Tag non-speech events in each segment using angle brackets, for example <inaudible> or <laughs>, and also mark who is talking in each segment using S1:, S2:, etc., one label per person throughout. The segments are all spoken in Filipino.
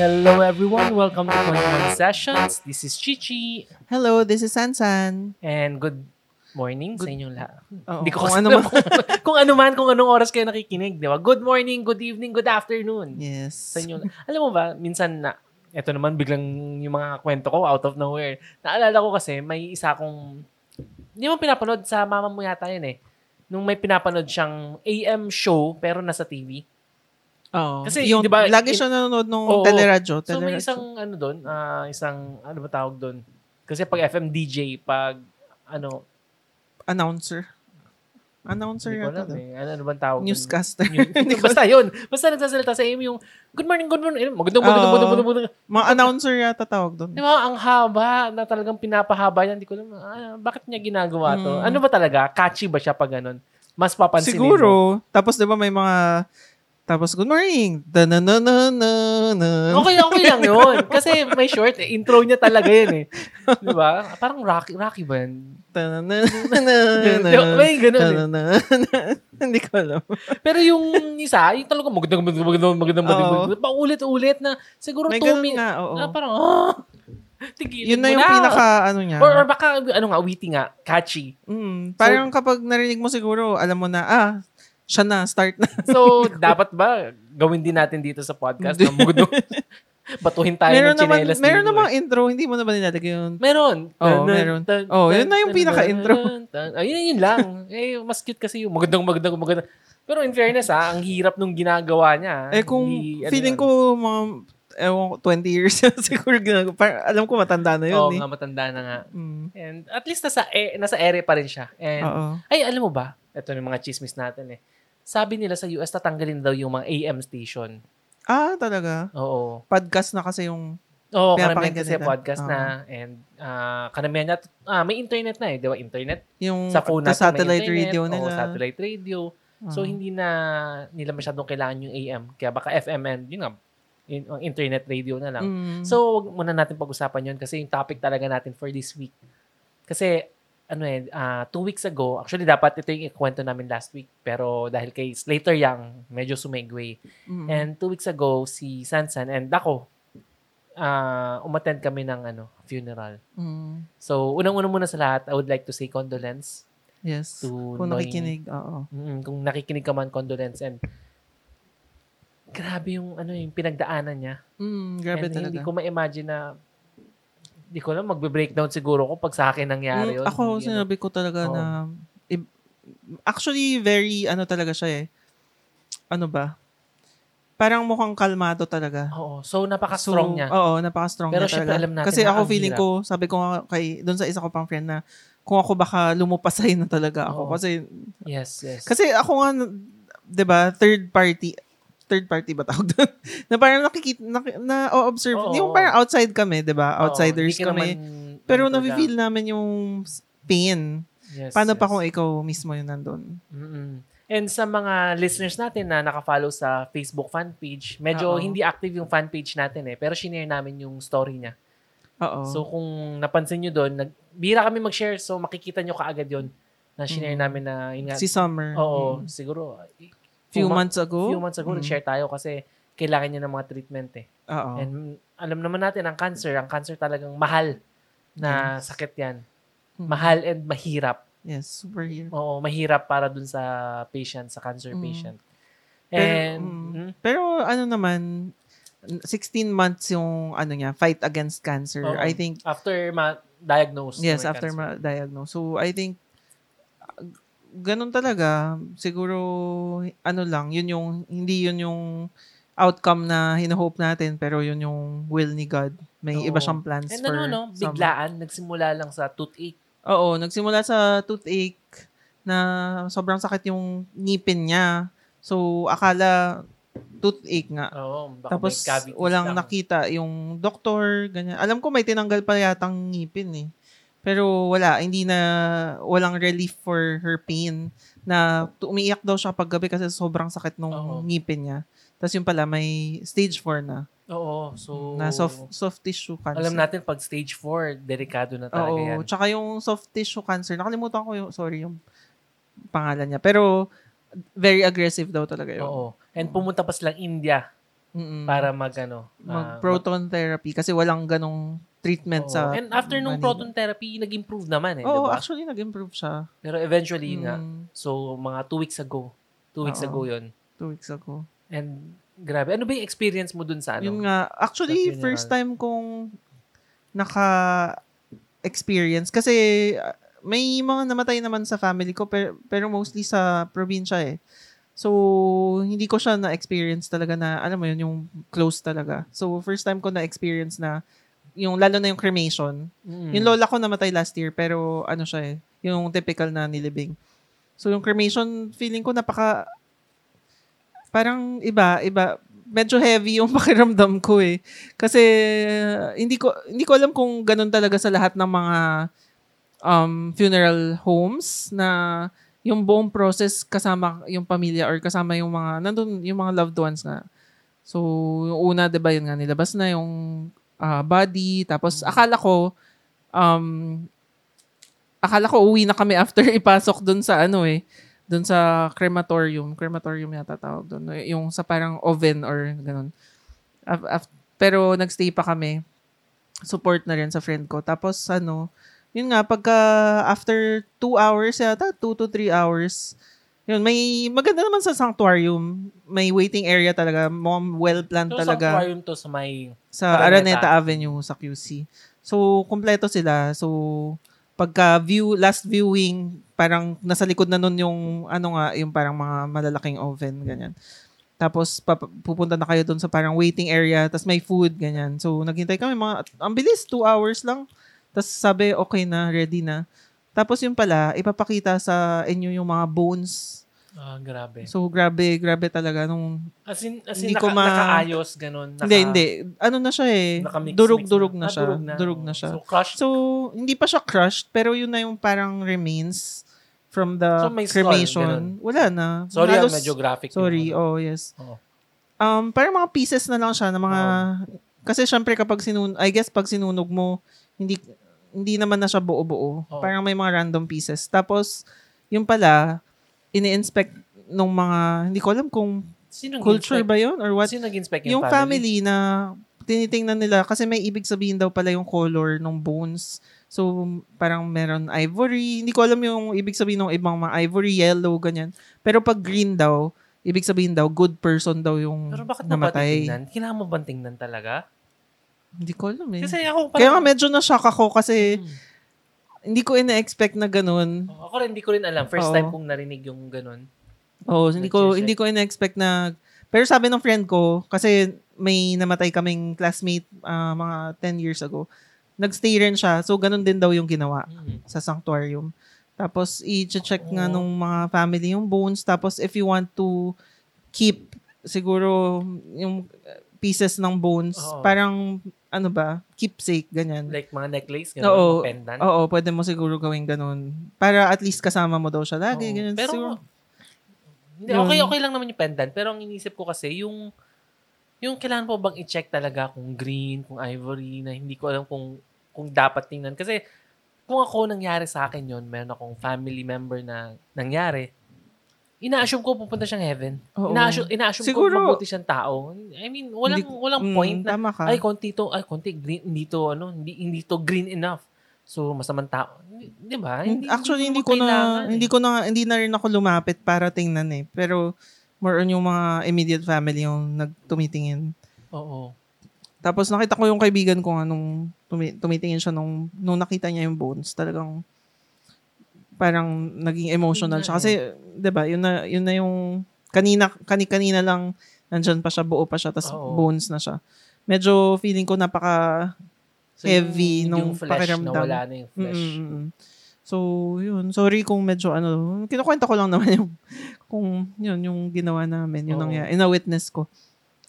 S1: Hello everyone, welcome to 21 Sessions. This is Chichi
S2: Hello, this is Sansan.
S1: and good morning sa inyong lahat.
S2: Oo,
S1: Hindi ko
S2: kung
S1: kasi
S2: ano
S1: alam
S2: man-
S1: kung, kung ano man, kung anong oras kayo nakikinig, di ba? Good morning, good evening, good afternoon.
S2: yes.
S1: Sa inyong, alam mo ba, minsan na, eto naman biglang yung mga kwento ko out of nowhere. Naalala ko kasi may isa akong, hindi mo pinapanood sa mama mo yata yun eh. Nung may pinapanood siyang AM show pero nasa TV.
S2: Oo.
S1: Kasi,
S2: Oh, yung,
S1: di ba,
S2: lagi
S1: in-
S2: siya nanonood nung
S1: Oo.
S2: teleradyo.
S1: So may
S2: teleradyo.
S1: isang ano doon, ah, isang ano ba tawag doon? Kasi pag FM DJ, pag ano,
S2: announcer. Announcer
S1: hindi ko
S2: yata.
S1: alam
S2: doon.
S1: eh. Ano, ano bang tawag doon? <laughs>
S2: <laughs> Newscaster.
S1: News- basta yun. Basta nagsasalita sa AM yung good morning, good morning. Ayun, Magandang, magandang,
S2: Oo.
S1: magandang, magandang, magandang.
S2: Mga announcer yata tawag doon.
S1: Di ba, ang haba na talagang pinapahaba niya. Hindi ko alam, ah, bakit niya ginagawa to?
S2: Mm.
S1: Ano ba talaga? Catchy ba siya pag ganun? Mas papansinin mo.
S2: Siguro. Tapos di ba may mga tapos good morning. Da-na-na-na-na-na.
S1: Okay, okay lang yun. Kasi may short, eh, intro niya talaga yun eh. Di ba? Parang Rocky, Rocky ba yan?
S2: Da-na-na-na-na.
S1: May ganun eh.
S2: Da-na-na-na. <laughs> Hindi ko alam.
S1: Pero yung isa, yung talagang magandang, magandang, magandang, magandang, magandang,
S2: Oo.
S1: magandang, paulit-ulit na siguro
S2: May
S1: two
S2: ganun
S1: minutes.
S2: nga, oo.
S1: Na parang, ah, tigilin
S2: Yun na
S1: mo
S2: yung pinaka ano niya.
S1: Or, or baka, ano nga, witty nga, catchy.
S2: Mm, parang kapag narinig mo siguro, alam mo na, ah, siya na, start na. <laughs>
S1: So, dapat ba gawin din natin dito sa podcast na mugdo? Batuhin tayo ng
S2: meron naman,
S1: chinelas.
S2: meron
S1: dito,
S2: namang
S1: eh.
S2: intro, hindi mo na ba nilalagay yun?
S1: Meron.
S2: Oo, meron. Oo, yun na yung pinaka-intro.
S1: Ayun, yun lang. Eh, mas cute kasi yung magandang, magandang, magandang. Pero in fairness ha, ang hirap nung ginagawa niya. ha.
S2: Eh kung
S1: Hindi, ano
S2: feeling
S1: yun.
S2: ko mga, ewan ko, 20 years <laughs> na siguro ginagawa. Parang, alam ko matanda na yun
S1: Oo
S2: eh.
S1: nga, matanda na nga.
S2: Mm,
S1: And at least nasa, eh, nasa ere pa rin siya. And,
S2: oo.
S1: ay, alam mo ba? Ito yung mga chismis natin eh. Sabi nila sa US, tatanggalin daw yung mga AM station.
S2: Ah, talaga.
S1: Oo.
S2: Podcast na kasi yung,
S1: Oo, karamihan
S2: Pinapakinggan
S1: kasi
S2: nila.
S1: podcast
S2: Oo.
S1: na. And ah, karamihan na, ah, may internet na eh. Di ba? Internet.
S2: yung
S1: Sa phone
S2: the
S1: natin
S2: Mm, satellite
S1: may internet.
S2: radio nila.
S1: Oo, satellite radio.
S2: Ah.
S1: So, hindi na nila masyadong kailangan yung AM. Kaya baka FM and, yun nga, yun, ang internet radio na lang.
S2: Mm.
S1: So, wag muna natin pag-usapan yun kasi yung topic talaga natin for this week. Kasi, ano eh, ah, two weeks ago, actually dapat ito yung ikwento namin last week, pero dahil kay Slater Young, medyo sumegway.
S2: mm.
S1: And two weeks ago, si Sansan and ako, ah, umattend kami ng ano, funeral.
S2: Mm.
S1: So, unang-una muna sa lahat, I would like to say condolence
S2: Yes.
S1: to
S2: Kung
S1: Noy.
S2: nakikinig, oo.
S1: Mm, kung nakikinig ka man, condolence. And grabe yung, ano, yung pinagdaanan niya.
S2: Mm, grabe
S1: And
S2: talaga.
S1: Hindi ko ma-imagine na hindi ko alam, magbe-breakdown siguro ko pag sa akin nangyari
S2: Mm,
S1: yun.
S2: Ako,
S1: Hindi, ano.
S2: sinabi ko talaga
S1: Oo.
S2: na, im- actually, very, ano talaga siya eh. Ano ba? Parang mukhang kalmado talaga.
S1: ano. Oo, so napaka-strong
S2: So, ah,
S1: niya.
S2: Oo, napaka-strong
S1: Pero
S2: niya
S1: syempre,
S2: talaga.
S1: alam natin
S2: Kasi
S1: na
S2: ako
S1: ang
S2: feeling
S1: hirap.
S2: ko, sabi ko nga kay, doon sa isa ko pang friend na, kung ako baka lumupasay na talaga ako.
S1: Oo.
S2: Kasi,
S1: Yes, yes.
S2: kasi ako nga, n- 'di ba third party, third party ba tawag doon? <laughs> na parang nakikita, na, observe
S1: Oo,
S2: yung
S1: oo.
S2: parang outside kami, 'di ba?
S1: Oo,
S2: Outsiders
S1: hindi ka
S2: kami.
S1: naman-
S2: pero
S1: ano talaga.
S2: nafe-feel namin yung pain
S1: Yes,
S2: Paano
S1: yes.
S2: pa eh? kung ikaw mismo yung nandun?
S1: Mm-mm. And sa mga listeners natin na nakafollow sa Facebook fan page, medyo
S2: Oo.
S1: hindi active yung fan page natin eh, pero shinare namin yung story niya.
S2: Oo.
S1: So kung napansin nyo doon, nag- bira kami mag-share so makikita nyo kaagad yon na shinare
S2: Mm.
S1: namin na yun nga.
S2: si Summer.
S1: Oo,
S2: Mm.
S1: siguro. i- kung
S2: Few
S1: ma-
S2: months ago.
S1: few months ago,
S2: Mm. Oh.
S1: nag-share tayo kasi kailangan niya ng mga treatment eh.
S2: Oo.
S1: And alam naman natin, ang cancer, ang cancer talagang mahal na
S2: Yes.
S1: sakit yan.
S2: Mm.
S1: Mahal and mahirap.
S2: Yes, super hero.
S1: Oo, mahirap para dun sa patient, sa cancer
S2: Mm.
S1: patient.
S2: Pero,
S1: And,
S2: mm,
S1: mm,
S2: Pero ano naman, 16 months yung ano niya, fight against cancer.
S1: Oo.
S2: I think,
S1: after ma-diagnose. na
S2: yes,
S1: may
S2: after
S1: cancer.
S2: ma-diagnose. So, I think, uh, ganun talaga. Siguro, ano lang, yun yung, hindi yun yung outcome na hinahope natin, pero yun yung will ni God. May
S1: Oo.
S2: iba siyang plans
S1: And
S2: for
S1: ano, no?
S2: some-
S1: Biglaan, nagsimula lang sa toothache.
S2: Oo, nagsimula sa toothache na sobrang sakit yung ngipin niya. So, akala toothache nga.
S1: Oo, baka
S2: Tapos,
S1: may cavities
S2: walang
S1: lang.
S2: nakita yung doktor, ganyan. Alam ko may tinanggal pa yatang ngipin eh. Pero wala, hindi na, walang relief for her pain na tu- umiiyak daw siya paggabi kasi sobrang sakit nung
S1: Oo.
S2: ngipin niya. Tapos yung pala, may stage 4 na.
S1: Oo, so...
S2: na soft, soft tissue cancer.
S1: Alam natin, pag stage 4, delikado na talaga yan.
S2: Oo, tsaka yung soft tissue cancer. Nakalimutan ko yung, sorry, yung pangalan niya. Pero, very aggressive daw talaga yun.
S1: Oo. And pumunta pa silang India
S2: Mm-mm.
S1: para mag ano. ah,
S2: mag-proton therapy kasi walang ganong treatment
S1: Oo.
S2: sa
S1: And after nung
S2: Manila.
S1: proton therapy, nag-improve naman eh,
S2: Oo,
S1: diba?
S2: actually nag-improve siya.
S1: Pero eventually nga.
S2: Mm,
S1: So, mga two weeks ago. Two weeks
S2: Oo.
S1: ago yon
S2: two weeks ago.
S1: And grabe. Ano ba yung experience mo dun sa ano?
S2: Yun nga,
S1: Sa
S2: actually
S1: funeral.
S2: first time kong naka experience kasi uh, may mga namatay naman sa family ko pero, pero mostly sa probinsya eh. So, hindi ko siya na-experience talaga na, alam mo yun, yung close talaga. So, first time ko na-experience na, yung lalo na yung cremation,
S1: Mm.
S2: Yung lola ko namatay last year, pero ano siya eh, yung typical na nilibing. So yung cremation, feeling ko napaka, parang iba, iba, medyo heavy yung <laughs> pakiramdam ko eh. Kasi uh, hindi ko hindi ko alam kung ganun talaga sa lahat ng mga um, funeral homes na yung buong process kasama yung pamilya or kasama yung mga nandun yung mga loved ones nga. So, yung una, 'di ba, yun nga nilabas na yung ah, body, tapos akala ko um akala ko uwi na kami <laughs> after ipasok dun sa ano eh, dun sa crematorium, crematorium yata tawag dun, yung sa parang oven or ganun. Af- af- pero nagstay pa kami. Support na rin sa friend ko. Tapos ano, yun nga, pagka after two hours yata, two to three hours, yun, may maganda naman sa sanctuarium. May waiting area talaga. Mom, well-planned
S1: So,
S2: talaga
S1: sanctuarium to sa may...
S2: sa
S1: Araneta.
S2: Araneta Avenue sa QC. So, kumpleto sila. So, pagka view, last viewing, parang nasa likod na nun yung, ano nga, yung parang mga malalaking oven, ganyan. Tapos, pap- pupunta na kayo dun sa parang waiting area, tapos may food, ganyan. So, naghintay kami mga, ang bilis, two hours lang. Tapos sabi, okay na, ready na. Tapos yun pala, ipapakita sa inyo yung mga bones.
S1: Ah, grabe.
S2: So, grabe, grabe talaga nung
S1: As in, as in naka,
S2: Hindi ko ma-
S1: nakaayos, ganun. Naka,
S2: hindi, hindi. Ano na siya eh.
S1: Nakamix,
S2: Durog-durog
S1: mix
S2: na,
S1: Ah,
S2: siya. Durog na, siya.
S1: So, crush.
S2: So, hindi pa siya crushed, pero yun na yung parang remains from
S1: So,
S2: the
S1: may skull,
S2: cremation. Wala na.
S1: sorry, ah,
S2: Halos-
S1: medyo graphic. yung
S2: Sorry,
S1: ano.
S2: oh yes.
S1: Oo.
S2: Um, parang mga pieces na lang siya ng mga... Kasi syempre kapag sinun I guess pag sinunog mo, hindi hindi naman na siya buo-buo.
S1: Oo.
S2: Parang may mga random pieces. Tapos, yung pala, ini-inspect nung mga, hindi ko alam kung
S1: Sino
S2: culture ba yun or what
S1: Sino nag-inspect
S2: yung family na tinitingnan nila kasi may ibig sabihin daw pala yung color ng bones. So, parang meron ivory. Hindi ko alam yung ibig sabihin ng ibang mga ivory, yellow, ganyan. Pero pag green daw, ibig sabihin daw, good person daw yung
S1: Pero bakit
S2: namatay.
S1: napatingnan? Kailangan mo bang tingnan talaga?
S2: Hindi ko alam eh.
S1: Kasi ako
S2: Kaya nga
S1: parang-
S2: medyo na-shock ako kasi
S1: Hmm.
S2: hindi ko ina-expect na ganun.
S1: Oh, Ako rin, hindi ko rin alam. First
S2: Oo.
S1: time kong narinig yung ganun.
S2: Oo, hindi ko
S1: Nag-check.
S2: hindi ko in-expect na pero sabi ng friend ko kasi may namatay kaming classmate ah, mga 10 years ago. Nagstay rin siya. So ganun din daw yung ginawa sa sanctuarium. Tapos i-check nga
S1: Oo.
S2: nung mga family yung bones tapos if you want to keep siguro yung pieces ng bones
S1: Oo.
S2: parang ano ba keepsake ganyan.
S1: Like mga necklace, ganun,
S2: Oo.
S1: mga pendant.
S2: Oo, pwede mo siguro gawin ganun. Para at least kasama mo daw siya
S1: Oo.
S2: lagi. Ganun,
S1: Oh. Pero,
S2: siguro.
S1: hindi,
S2: Yun.
S1: okay, okay lang naman yung pendant. Pero ang inisip ko kasi, yung, yung kailangan po bang i-check talaga kung green, kung ivory, na hindi ko alam kung, kung dapat tingnan. Kasi, kung ako nangyari sa akin yon meron akong family member na nangyari, ina-assume ko pupunta siyang heaven.
S2: Oo.
S1: Ina-assume, ina-assume
S2: Siguro-
S1: ko mabuti siyang tao. I mean, walang,
S2: Hindi-
S1: walang
S2: Mm,
S1: point na,
S2: tama ka.
S1: ay, konti to, ay, konti, green, hindi to, ano, hindi, hindi to green enough. So, masamang tao. Di di ba? Hindi-
S2: Hmm, Actually, hindi
S1: naman
S2: ko na,
S1: kailangan eh.
S2: hindi ko na, hindi na rin ako lumapit para tingnan eh. Pero, more on yung mga immediate family yung nagtumitingin.
S1: Oo.
S2: Tapos nakita ko yung kaibigan ko nga nung tumi- tumitingin siya nung, nung nakita niya yung bones. Talagang parang naging emotional
S1: Yun na
S2: siya. Kasi, di ba, yun na, yun na yung kanina, kani kanina lang nandyan pa siya, buo pa siya, tapos
S1: Oo.
S2: bones na siya. Medyo feeling ko napaka heavy nung
S1: flesh,
S2: pakiramdam.
S1: Nawala na yung flesh.
S2: Mm, mm, mm. So, yun. Sorry kung medyo ano, kinukwento ko lang naman yung, kung yun, yung ginawa namin, yun
S1: Oo.
S2: ang ina-witness ko.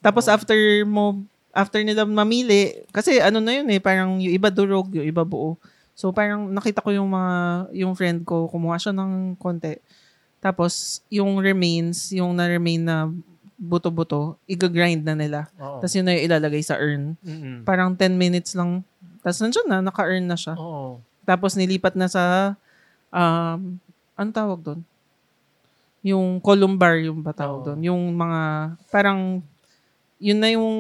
S2: Tapos
S1: Oo.
S2: after mo, after nila mamili, kasi ano na yun eh, parang yung iba durog, yung iba buo. So, parang nakita ko yung mga, yung friend ko, kumuha siya ng konti. Tapos, yung remains, yung na-remain na buto-buto, iga-grind na nila.
S1: Oo.
S2: Tapos yun na yung ilalagay sa urn.
S1: Mm-mm.
S2: Parang 10 minutes lang. Tapos nandiyan na, naka-urn na siya.
S1: Oo.
S2: Tapos nilipat na sa um ano tawag doon? Yung columbarium ba tawag
S1: Oo.
S2: doon? Yung mga parang yun na yung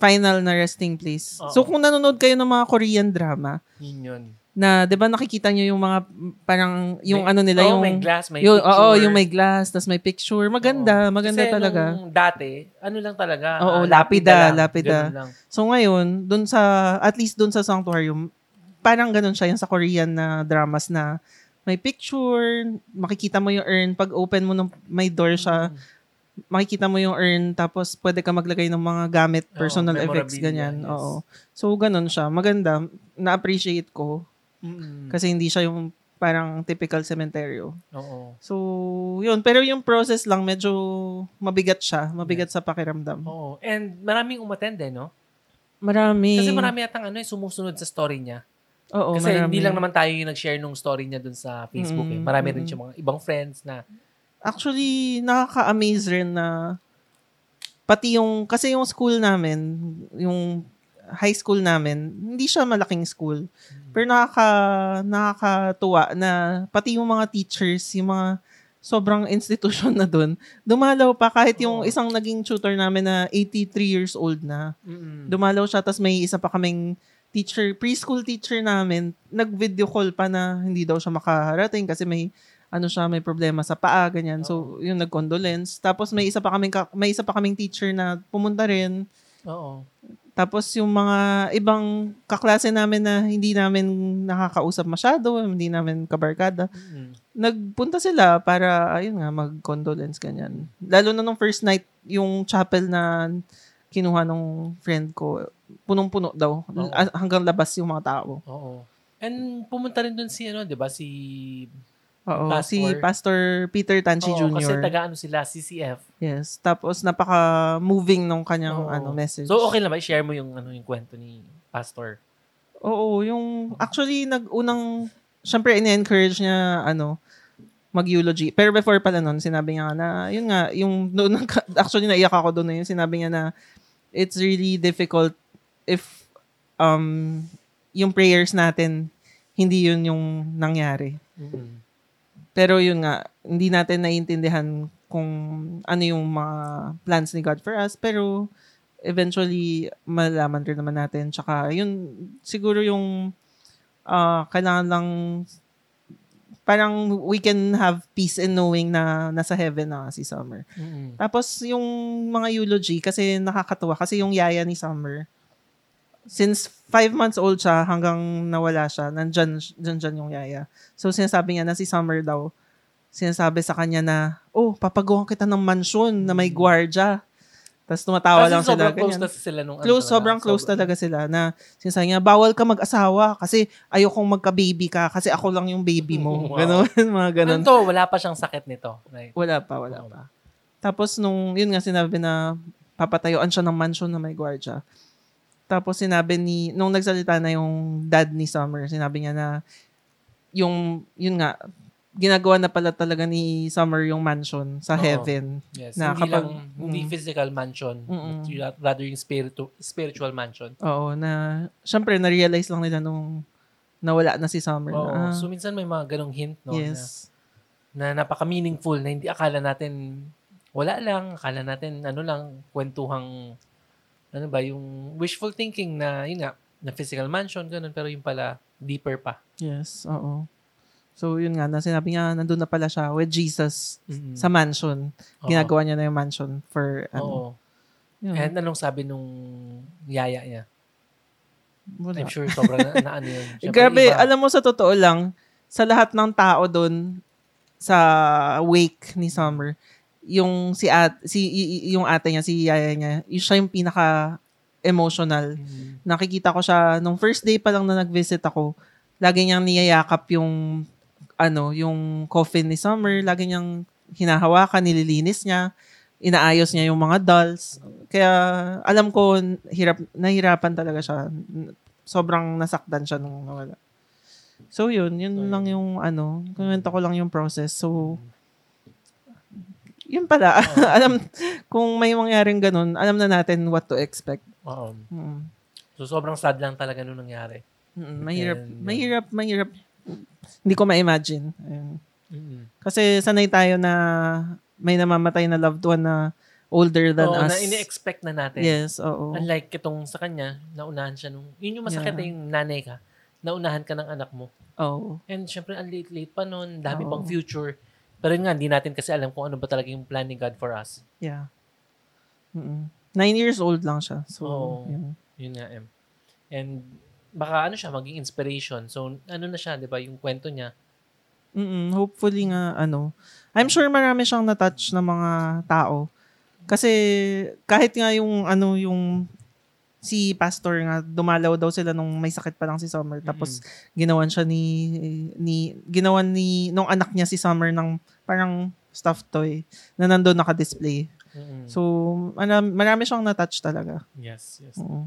S2: final na resting place.
S1: Oo.
S2: So kung nanonood kayo ng mga Korean drama,
S1: Yun yun.
S2: na 'di ba nakikita niyo yung mga mm, parang yung
S1: May-
S2: ano nila
S1: Oo,
S2: yung
S1: Oh, may glass, may
S2: yung,
S1: picture.
S2: oo, yung may glass, tas may picture. Maganda, maganda
S1: Kasi
S2: talaga.
S1: nung dati, ano lang talaga. ah,
S2: Oo, lapida,
S1: lang.
S2: lapida.
S1: Ganun lang.
S2: So ngayon, dun sa at least dun sa sanctuarium, parang ganun siya yung sa Korean na dramas na may picture, makikita mo yung urn pag open mo ng may door siya,
S1: Mm-hmm.
S2: makikita mo yung urn tapos pwede ka maglagay ng mga gamit,
S1: Oo,
S2: personal effects
S1: memorabilia,
S2: ganyan.
S1: yes.
S2: Oo. So ganun siya. Maganda, na-appreciate ko
S1: Mm-mm.
S2: kasi hindi siya yung parang typical cementerio.
S1: Oo.
S2: So, yun. Pero yung process lang, medyo mabigat siya. Mabigat sa pakiramdam.
S1: Oo. And maraming umatende, no?
S2: Marami.
S1: Kasi marami yatang ano, eh, sumusunod sa story niya.
S2: Oo,
S1: Kasi
S2: Oh, marami.
S1: hindi lang naman tayo yung nag-share nung story niya dun sa Facebook. eh.
S2: Mm,
S1: Marami rin
S2: mm.
S1: siya mga ibang friends na
S2: Actually, nakaka-amaze rin na pati yung, kasi yung school namin, yung high school namin, hindi siya malaking school. Pero nakaka, nakakatuwa na pati yung mga teachers, yung mga sobrang institution na dun, dumalaw pa kahit yung
S1: Oo.
S2: isang naging tutor namin na 83 years old na.
S1: mm
S2: Dumalaw siya, tapos may isa pa kaming teacher, preschool teacher namin, nag-video call pa na hindi daw siya makaharating kasi may ano siya, may problema sa paa, ganyan. So, yung nag-condolence. Tapos may isa pa kaming, ka- may isa pa kaming teacher na pumunta rin.
S1: Oo.
S2: Tapos yung mga ibang kaklase namin na hindi namin nakakausap masyado, hindi namin kabarkada,
S1: Mm-mm.
S2: nagpunta sila para, ayun nga, mag-condolence, ganyan. Lalo na nung first night, yung chapel na kinuha nung friend ko, punong-puno daw.
S1: Oo.
S2: Ah, Hanggang labas yung mga tao.
S1: Oo. And pumunta rin dun si ano, 'di ba? Si
S2: Oo,
S1: Pastor.
S2: si Pastor Peter Tanchi
S1: Oo,
S2: Jr.
S1: kasi taga ano sila, CCF.
S2: yes. Tapos napaka-moving nung kanyang
S1: Oo.
S2: ano, message.
S1: So okay lang ba i-share mo yung ano yung kwento ni Pastor?
S2: Oo, yung actually nag-unang syempre ini-encourage niya ano mag-eulogy. Pero before pala noon, sinabi niya nga na yun nga yung noon actually naiyak ako doon na yun sinabi niya na it's really difficult if um yung prayers natin hindi yun yung nangyari.
S1: Mm-mm.
S2: Pero yun nga, hindi natin naiintindihan kung ano yung mga plans ni God for us. Pero eventually, malalaman rin naman natin. Tsaka yun, siguro yung ah, kailangan lang, parang we can have peace in knowing na nasa heaven na nga si Summer.
S1: Mm-mm.
S2: Tapos yung mga eulogy, kasi nakakatuwa, kasi yung yaya ni Summer, since five months old siya hanggang nawala siya, nandyan, nandyan yung yaya. So sinasabi niya na si Summer daw, sinasabi sa kanya na, oh, papagawa kita ng mansyon na may gwardya. Tapos tumatawa
S1: Hmm. Kasi
S2: lang sila.
S1: sobrang close
S2: ganyan.
S1: na sila nung ano
S2: Close,
S1: talaga.
S2: sobrang close
S1: Sobrang-
S2: talaga sila na sinasabi niya, bawal ka mag-asawa kasi ayokong magka-baby ka kasi ako lang yung baby mo.
S1: <laughs> Wow.
S2: Ganon, <laughs> mga ganon.
S1: Ano to, wala pa siyang sakit nito. Right.
S2: Wala pa, wala pa. Tapos nung, yun nga sinabi na papatayuan siya ng mansion na may gwardya. Tapos sinabi ni, nung nagsalita na yung dad ni Summer, sinabi niya na yung, yun nga, ginagawa na pala talaga ni Summer yung mansion
S1: Oo.
S2: sa heaven.
S1: Yes.
S2: Na
S1: hindi
S2: kapag-
S1: lang, hindi
S2: Mm.
S1: physical mansion,
S2: Mm-mm.
S1: but you- rather yung spiritu, spiritual mansion.
S2: Oo, na, syempre, na-realize lang nila nung nawala na si Summer.
S1: Oo.
S2: na, ah,
S1: So minsan may mga ganong hint no
S2: yes.
S1: na, na napaka-meaningful na hindi akala natin wala lang, akala natin ano lang kwentuhang ano ba yung wishful thinking na yun nga na physical mansion ganun pero yung pala deeper pa.
S2: Yes, oo. So, yun nga, na sinabi niya, nandun na pala siya with Jesus sa mansion.
S1: Hmm. Oo.
S2: Ginagawa niya na yung mansion for,
S1: Oo.
S2: ano. yun.
S1: And anong sabi nung yaya niya?
S2: Wala.
S1: I'm sure sobrang na, na ano
S2: <laughs>
S1: yun. Siyempre,
S2: Grabe,
S1: iba.
S2: alam mo sa totoo lang, sa lahat ng tao doon sa wake ni Summer, yung si at si y- y- yung ate niya, si yaya niya, yung siya yung pinaka emotional.
S1: Mm.
S2: Nakikita ko siya nung first day pa lang na nag-visit ako, lagi niyang niyayakap yung ano, yung coffin ni Summer, lagi niyang hinahawakan, nililinis niya, inaayos niya yung mga dolls. Kaya alam ko hirap nahirapan talaga siya. Sobrang nasaktan siya nung nawala. So yun, yun
S1: So,
S2: lang yung ano, kumento ko lang yung process. So yun pala. <laughs> alam kung may mangyaring ganun, alam na natin what to expect.
S1: Oo.
S2: Mm.
S1: So sobrang sad lang talaga nung nangyari.
S2: Mm, Mahirap,
S1: And, uh, yeah.
S2: mahirap, mahirap. Hindi ko ma-imagine. Ayun. Kasi sanay tayo na may namamatay na loved one na older than
S1: Oo,
S2: us.
S1: na ini-expect na natin.
S2: yes, oo.
S1: Unlike itong sa kanya, naunahan siya nung, yun yung masakit eh,
S2: Yeah.
S1: yung nanay ka, naunahan ka ng anak mo.
S2: Oo.
S1: And syempre, ang late-late pa nun, dami
S2: Oo.
S1: pang future. Pero yun nga, hindi natin kasi alam kung ano ba talaga yung plan ni God for us.
S2: Yeah. Mm-mm. Nine years old lang siya. So,
S1: Oo.
S2: yun.
S1: Yun nga, em. And baka ano siya, maging inspiration. So, ano na siya, di ba, yung kwento niya.
S2: Mm-mm. Hopefully nga, ano, I'm sure marami siyang natouch na mga tao. Kasi, kahit nga yung, ano, yung si pastor nga dumalaw daw sila nung may sakit pa lang si Summer tapos ginawan siya ni ni ginawan ni nung anak niya si Summer ng parang stuffed toy na nandoon naka-display.
S1: Mm-mm.
S2: So, marami, marami siyang natouch talaga.
S1: yes, yes.
S2: Oo.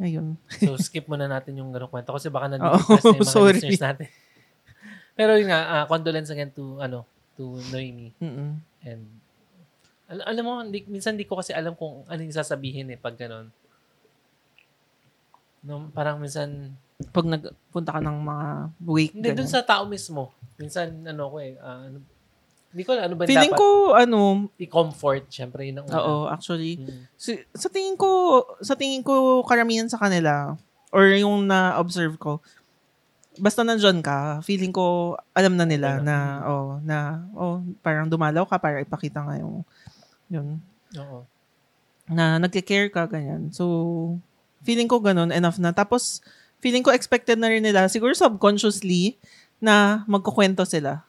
S2: Ayun.
S1: So,
S2: <laughs>
S1: skip muna natin yung ganung kwento kasi baka
S2: Oo,
S1: nandito na yung mga
S2: sorry.
S1: listeners natin. <laughs> Pero yun nga, ah, condolence again to, ano, to Noemi.
S2: Mm-mm.
S1: And, al- alam mo, hindi, minsan hindi ko kasi alam kung ano yung sasabihin eh, pag ganun. No, parang minsan,
S2: Pag nagpunta ka ng mga wake.
S1: hindi, dun
S2: ganyan.
S1: sa tao mismo. Minsan, ano ko eh, ah, ano, hindi ko alam, ano ba
S2: Feeling
S1: dapat
S2: ko, ano,
S1: i-comfort, syempre, yun ang una.
S2: oo, actually.
S1: Mm.
S2: Si- sa tingin ko, sa tingin ko, karamihan sa kanila, or yung na-observe ko, basta nandiyan ka, feeling ko, alam na nila
S1: Alam.
S2: na, oh, na, oh, parang dumalaw ka para ipakita nga yung, yun,
S1: Oo.
S2: na nagke-care ka, ganyan. So, feeling ko ganun, enough na. Tapos, feeling ko expected na rin nila, siguro subconsciously, na magkukwento sila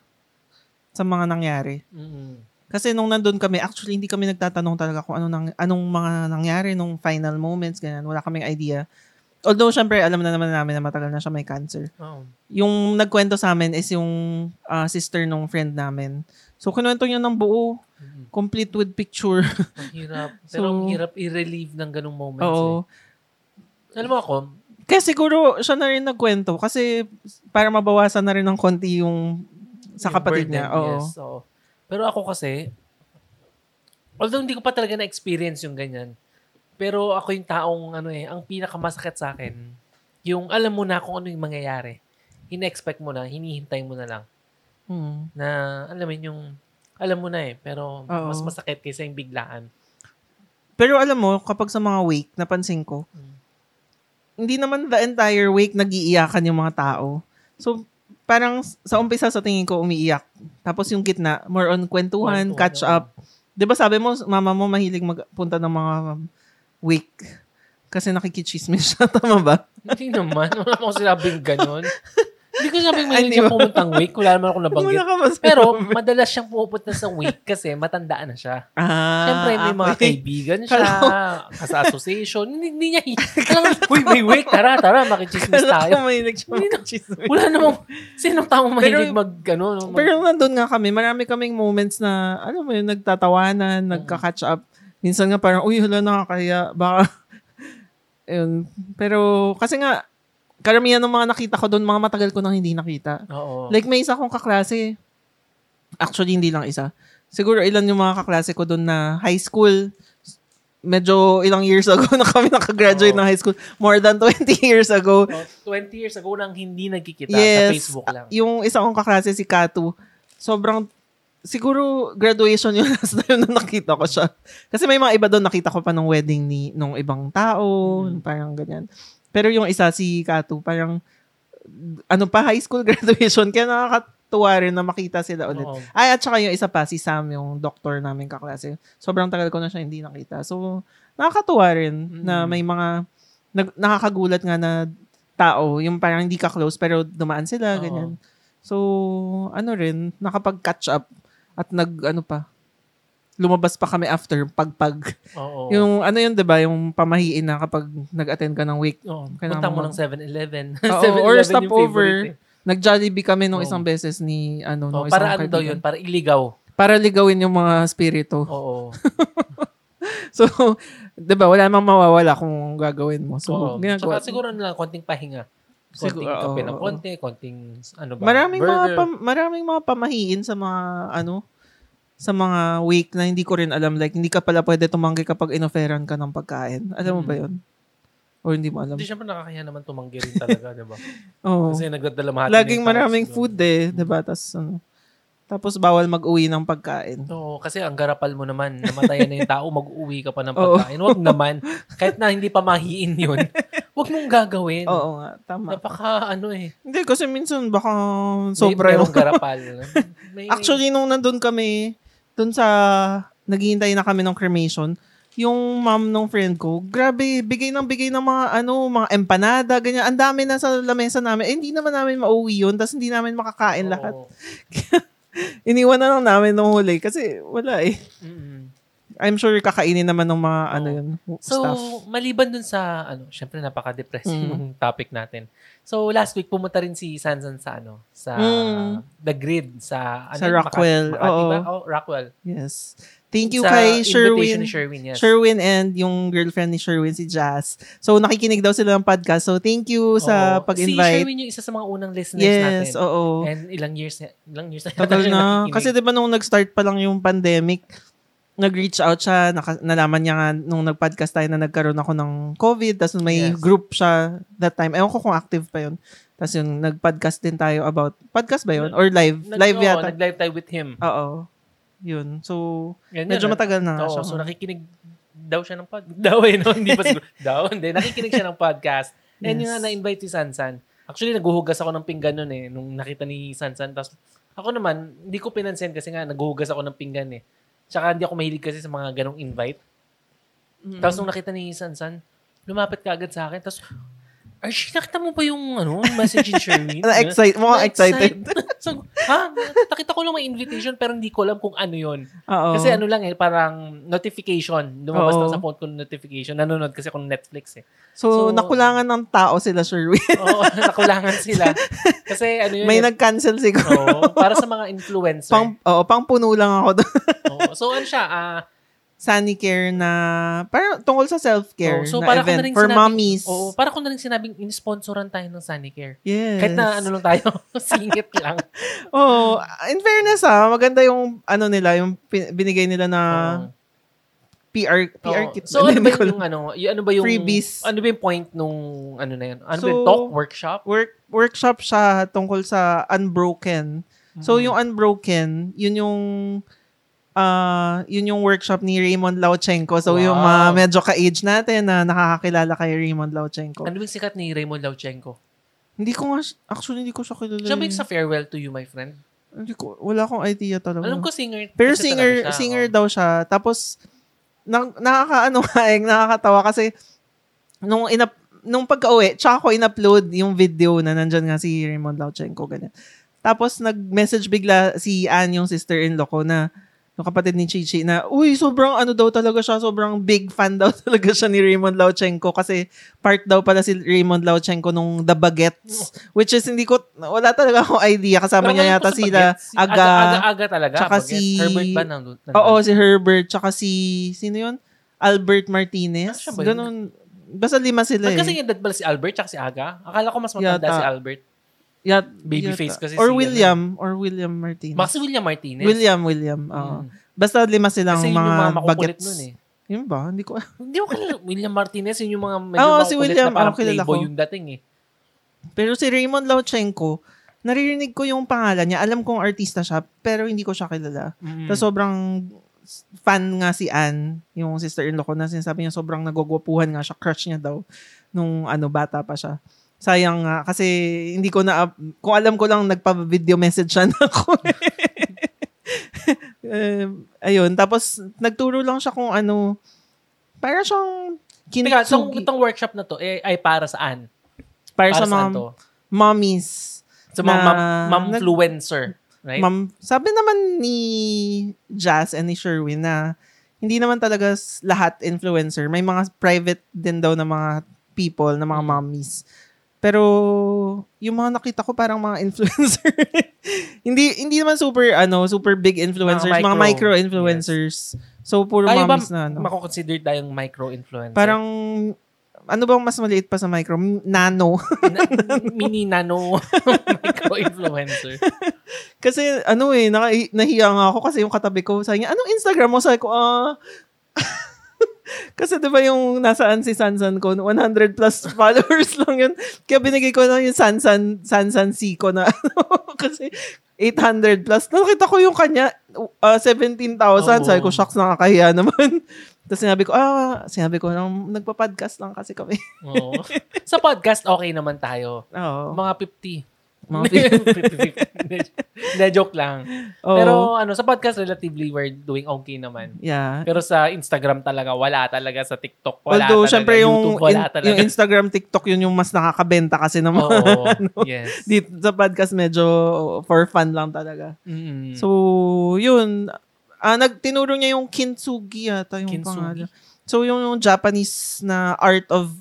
S2: sa mga nangyari.
S1: Mm-mm.
S2: Kasi nung nandun kami, actually hindi kami nagtatanong talaga kung ano nang, anong mga nangyari nung final moments, ganyan. Wala kaming idea. Although, syempre, alam na naman namin na matagal na siya may cancer.
S1: Oo.
S2: Yung nagkwento sa amin is yung ah, sister nung friend namin. So, kinuwento niya ng buo,
S1: Mm-mm.
S2: complete with
S1: <laughs>
S2: picture.
S1: Ang
S2: <laughs>
S1: hirap. Pero ang
S2: So-
S1: hirap i-relieve ng ganung moments.
S2: Oo.
S1: Eh. Alam mo ako,
S2: Kaya siguro siya na rin nagkwento kasi para mabawasan na rin ng konti yung sa
S1: yung
S2: kapatid
S1: burden,
S2: niya. Oo.
S1: Yes, oo. Pero ako kasi, although hindi ko pa talaga na-experience yung ganyan, pero ako yung taong, ano eh, ang pinakamasakit sa akin, yung alam mo na kung ano yung mangyayari. Ina-expect mo na, hinihintay mo na lang.
S2: Hmm.
S1: Na, alam mo yun, yung, alam mo na eh, pero
S2: Oo.
S1: mas masakit kaysa yung biglaan.
S2: Pero alam mo, kapag sa mga wake, napansin ko,
S1: Mm.
S2: hindi naman the entire wake nagiiyakan yung mga tao. So, parang s- sa umpisa sa tingin ko umiiyak. Tapos yung gitna, more on kwentuhan,
S1: Kwentuhan,
S2: catch
S1: oo.
S2: up. 'Di ba sabi mo, mama mo mahilig magpunta ng mga wake kasi nakikichismis siya, <laughs> tama ba?
S1: Hindi naman. Wala akong sinabing ganun. Hindi ko sinabing may
S2: Ay, di
S1: siya
S2: ba?
S1: pumuntang wake. Wala naman ako nabanggit.
S2: Wala ka masabi.
S1: Pero madalas siyang pupunta sa wake kasi matandaan na siya.
S2: ah,
S1: Siyempre, may mga
S2: okay.
S1: kaibigan siya, sa association. Hindi, hindi niya,
S2: <laughs>
S1: alam mo, uy, may wake, tara, tara, makichismis
S2: Kala ko
S1: tayo.
S2: mahilig siya
S1: Hindi na-
S2: magchismis.
S1: Wala namang, sinong taong mahilig
S2: Pero-
S1: mag, ano, no, mag-
S2: Pero nandun nga kami, marami kaming moments na, alam mo yun, nagtatawanan,
S1: Mm-hmm.
S2: nagka-catch up. Minsan nga parang, uy, wala nakakaya, baka, <laughs> yun. Pero, kasi nga, karamihan ng mga nakita ko doon, mga matagal ko nang hindi nakita.
S1: oo.
S2: Like, may isa kong kaklase, actually, hindi lang isa. Siguro, ilan yung mga kaklase ko doon na high school, medyo ilang years <laughs> ago na kami nakagraduate
S1: Oo.
S2: ng high school. More than 20 <laughs> years ago.
S1: Oh, 20 years ago nang hindi nagkikita sa
S2: Yes. Ah,
S1: Facebook lang.
S2: yung isa kong kaklase si Katu, sobrang, siguro graduation yung <laughs> last time na nakita ko siya. Kasi may mga iba doon, nakita ko pa nung wedding ni, nung ibang tao,
S1: Mm.
S2: parang ganyan. Pero yung isa si Katu, parang, ano pa, high school <laughs> graduation, kaya nakakatuwa rin na makita sila ulit.
S1: Oo.
S2: Ay, at saka yung isa pa, si Sam, yung doctor namin kaklase. Sobrang tagal ko na siya hindi nakita. So, nakakatuwa rin na
S1: Mm.
S2: may mga, nag, nakakagulat nga na tao, yung parang hindi ka close, pero dumaan sila,
S1: Oo.
S2: ganyan. So, ano rin, nakapag-catch up at nag, ano pa, lumabas pa kami after pagpag.
S1: Oo.
S2: Yung, ano yun, di ba, yung pamahiin na kapag nag-attend ka ng wake.
S1: Oo,
S2: kailangan
S1: punta mo
S2: mo-
S1: ng <laughs> 7-Eleven.
S2: Oo,
S1: 7-Eleven
S2: or
S1: yung
S2: stopover.
S1: favorite eh.
S2: Nag-Jollibee kami nung
S1: Oo.
S2: isang beses ni, ano,
S1: Oh,
S2: nung isang
S1: para ano daw yun?
S2: kaibigan.
S1: Para
S2: <laughs>
S1: iligaw.
S2: Para ligawin yung mga spirito.
S1: Oo.
S2: So, <laughs> 'di ba, wala mang mawawala kung gagawin mo. So,
S1: Oo.
S2: ginagawa.
S1: Tsaka siguro ano lang, konting pahinga. Konting
S2: Siguro,
S1: kape ng
S2: oo.
S1: konti, konting ano ba,
S2: maraming mga
S1: burger.
S2: pam- maraming mga pamahiin sa mga ano sa mga week na hindi ko rin alam like hindi ka pala pwede tumanggi kapag inoferan ka ng pagkain. Alam mo ba
S1: Mm.
S2: 'yon? Or hindi mo alam.
S1: Hindi syempre nakakaya naman tumanggi rin talaga, di ba?
S2: <laughs> Oo.
S1: Kasi nagdadala mahati.
S2: Laging maraming food eh, 'di ba? eh, diba? Tas ano. Tapos bawal mag-uwi ng pagkain.
S1: No, kasi ang garapal mo naman, namatayan na yung tao, mag-uwi ka pa ng
S2: <laughs> Oo.
S1: pagkain. Huwag naman. Kahit na hindi pa mahiin
S2: <laughs>
S1: yun, huwag mong gagawin.
S2: Oo nga, tama.
S1: Napaka ano eh.
S2: Hindi, kasi minsan baka
S1: may-
S2: sobra yung...
S1: merong garapal. May-
S2: <laughs> Actually, nung nandun kami, dun sa, naghihintay na kami ng cremation, yung mom ng friend ko, grabe, bigay ng bigay ng mga, ano, mga empanada, ganyan. Ang dami na sa lamesa namin. Eh, hindi naman namin mauwi yun, tapos hindi namin makakain
S1: oo.
S2: lahat. Iniwan na lang namin nung huli, kasi wala eh.
S1: Mm-mm.
S2: I'm sure kakainin naman ng mga, ano
S1: Oo.
S2: yun,
S1: So,
S2: stuff.
S1: maliban dun sa, ano, syempre napaka-depressing
S2: Mm.
S1: yung topic natin. So, last week, pumunta rin si Sansan sa, ano, sa
S2: Mm.
S1: The Grid, sa, ano,
S2: Sa
S1: Makati-
S2: Rockwell,
S1: Makati ba?
S2: oo.
S1: Oh, Rockwell.
S2: Yes. Thank you
S1: Sa
S2: kay
S1: invitation
S2: Sherwin.
S1: ni Sherwin, yes.
S2: Sherwin and yung girlfriend ni Sherwin, si Jazz. So, nakikinig daw sila ng podcast. So, thank you
S1: Oo.
S2: sa
S1: Si
S2: pag-invite.
S1: Sherwin yung isa sa mga unang listeners
S2: yes,
S1: natin.
S2: oo.
S1: And ilang years na, ilang years na
S2: Tagal
S1: siya
S2: na.
S1: nakikinig.
S2: Kasi di ba nung nag-start pa lang yung pandemic, nag-reach out siya, naka- nalaman niya nga nung nag-podcast tayo na nagkaroon ako ng COVID, tapos may
S1: Yes.
S2: group siya that time. Ewan ko kung active pa yun. Tapos yung nag-podcast din tayo about, podcast ba yun? Or live?
S1: Nag-
S2: live
S1: oo,
S2: yata.
S1: Nag-live tayo with him.
S2: Oo. Yun. So,
S1: Ganyan,
S2: medyo
S1: ano?
S2: matagal na nga
S1: Oo,
S2: siya.
S1: so nakikinig daw siya ng podcast. <laughs> Daw eh, no? Hindi pa
S2: <laughs>
S1: siguro. daw, hindi. Nakikinig siya ng podcast. And yun
S2: Yes.
S1: nga, na-invite si Sansan. Actually, naghuhugas ako ng pinggan nun eh, nung nakita ni Sansan. Tapos, ako naman, hindi ko pinansin kasi nga, naghuhugas ako ng pinggan eh. Tsaka hindi ako mahilig kasi sa mga ganong invite.
S2: Mm.
S1: Tapos nung nakita ni Sansan, lumapit ka agad sa akin. Tapos, Archie, nakita mo ba yung ano, message ni Sherwin?
S2: <laughs> Na-excite. Mukhang Ano, excited.
S1: <laughs> so, ha? Nakita ko lang may invitation pero hindi ko alam kung ano yon.
S2: Oo.
S1: Kasi ano lang eh, parang notification. Lumabas
S2: Oo.
S1: lang sa phone ko ng notification. Nanonood kasi ako ng
S2: <laughs>
S1: Netflix eh. So,
S2: So, nakulangan ng tao sila, Sherwin.
S1: Oo, nakulangan sila. Kasi ano yun.
S2: May
S1: eh,
S2: nag-cancel siguro.
S1: oo, para sa mga influencer.
S2: Pang, oo, pang puno lang ako doon.
S1: Oo. So ano siya, ah,
S2: Sanicare na, parang tungkol sa
S1: oo,
S2: self-care
S1: Oh, so
S2: na
S1: para ko
S2: event
S1: na rin
S2: for
S1: sinabing,
S2: mommies.
S1: Oo, para ko na rin sinabing in-sponsoran tayo ng Sunicare.
S2: Yes.
S1: Kahit na ano lang tayo, <laughs> singit lang.
S2: Oo. in fairness ha, maganda yung ano nila, yung pin- binigay nila na
S1: Oo.
S2: PR,
S1: Oo.
S2: PR Ah, kit.
S1: So ano ba
S2: Hindi ko alam.
S1: yung ano, yung, ano ba yung
S2: Freebies.
S1: ano ba yung point nung ano na yun? Ano ba
S2: So,
S1: yung talk workshop?
S2: Work, workshop siya tungkol sa Unbroken.
S1: Mm.
S2: So yung Unbroken, yun yung ah yun yung workshop ni Raymond Lauchenko. So yung mga
S1: Wow.
S2: medyo ka-age natin na nakakakilala kay Raymond Lauchenko.
S1: ano ba yung sikat ni Raymond Lauchenko?
S2: Hindi ko nga, actually hindi ko siya kilala.
S1: Siya ba
S2: eh.
S1: yung sa Farewell to You, My Friend?
S2: Hindi ko, wala akong idea talaga.
S1: Alam ko singer.
S2: Hmm. Pero
S1: kasi
S2: singer,
S1: talaga siya,
S2: singer
S1: oh.
S2: daw siya. Tapos, na, nakakaano <laughs> nga eh, nakakatawa kasi nung inap, nung pagka-uwi, tsaka ko in-upload yung video na nandyan nga si Raymond Lauchenko, ganyan. Tapos, nag-message bigla si Anne, yung sister-in-law ko, na yung kapatid ni Chichi, na, uy, sobrang ano daw talaga siya, sobrang big fan daw <laughs> talaga siya ni Raymond Lauchenko kasi part daw pala si Raymond Lauchenko nung The Baguettes, which is hindi ko, wala talaga akong idea. Kasama
S1: Pero alam ko
S2: niya yata
S1: sa
S2: sila,
S1: Bagets, si-
S2: Aga,
S1: Aga, aga talaga.
S2: tsaka
S1: Bagets.
S2: si-
S1: Herbert ba nandun? nandun?
S2: Oo, si Herbert, tsaka si, sino yun? Albert
S1: Ah,
S2: Martinez.
S1: siya ba yun?
S2: Ganun. Basta lima sila
S1: Ba't
S2: eh.
S1: kasi yung dad pala si Albert tsaka si Aga? Akala ko mas matanda
S2: Yata.
S1: si Albert.
S2: Yat-
S1: babyface
S2: yata.
S1: kasi si
S2: Or William. Or William Martinez.
S1: Baka si William Martinez. Mm.
S2: William, William. oo. Basta lima silang
S1: Hmm. Kasi yun
S2: mga,
S1: yung mga makukulit
S2: bagets.
S1: nun eh.
S2: Yun ba? Hindi ko.
S1: Hindi ko kilala. William Martinez, yun yung mga medyo
S2: Oo,
S1: makukulit
S2: si William,
S1: na parang
S2: ako kilala
S1: playboy
S2: ko.
S1: yung dating eh.
S2: Pero si Raymond Lauchenko, naririnig ko yung pangalan niya. Alam kong artista siya, pero hindi ko siya kilala.
S1: Mm.
S2: Tapos sobrang fan nga si Anne, yung sister-in-law ko, na sinasabi niya sobrang nagugwapuhan nga siya, crush niya daw, nung ano, bata pa siya. Sayang nga, kasi hindi ko na, kung alam ko lang, nagpa-video message siya <laughs> na ako. um, ayun, tapos nagturo lang siya kung ano, para siyang
S1: Teka, itong,
S2: kintsugi,
S1: itong workshop na to eh, ay para saan? Para
S2: para, sa
S1: saan
S2: mga
S1: to?
S2: mommies.
S1: Sa mga
S2: na-
S1: mam- mamfluencer. Right?
S2: Ma'am, sabi naman ni Jazz and ni Sherwin na hindi naman talaga s- lahat influencer. May mga private din daw na mga people, na mga
S1: Mm.
S2: mommies. Pero yung mga nakita ko parang mga <laughs> influencer. hindi hindi naman super ano, super big influencers, mga,
S1: Mga micro.
S2: micro influencers. So puro
S1: Tayo ba
S2: mommies na ano.
S1: makukonsider tayong micro-influencer?
S2: Parang ano bang mas maliit pa sa micro? M- Nano.
S1: Na- <laughs> mini nano <laughs> micro-influencer.
S2: kasi ano eh, naka, nahiya nga ako kasi yung katabi ko, sabi niya, anong Instagram mo? Sabi ko, ah, <laughs> Kasi 'di ba yung nasaan si Sansan ko, 100 plus <laughs> <laughs> followers lang yun. Kaya binigay ko na yung Sansan Sansan C ko na ano, kasi 800 plus. Nakita ko yung kanya, uh, 17,000. Sabi
S1: Oo.
S2: ko, shocks, nakakahiya <laughs> naman. Tapos sinabi ko, ah, sinabi ko, nang, nagpa-podcast lang kasi kami. <laughs>
S1: Oo. Sa podcast, okay naman tayo.
S2: Oo.
S1: Mga 50.
S2: Mga <laughs>
S1: <laughs> Hindi, joke lang.
S2: Oo.
S1: <laughs> Pero ano, sa podcast, relatively, we're doing okay naman.
S2: yeah.
S1: Pero sa Instagram talaga, wala talaga. Sa TikTok, wala
S2: Although,
S1: talaga.
S2: syempre, yung,
S1: YouTube, wala
S2: in-
S1: talaga. Oh.
S2: yung Instagram, TikTok, yun yung mas nakakabenta kasi ng <laughs> mga
S1: <laughs> Oo. Yes.
S2: dito sa podcast medyo oh, for fun lang talaga.
S1: Mm-mm.
S2: So, yun. Ah, nag, tinuro niya yung kintsugi yata yung
S1: Kintsugi.
S2: pangalan. So, yung, yung Japanese na art of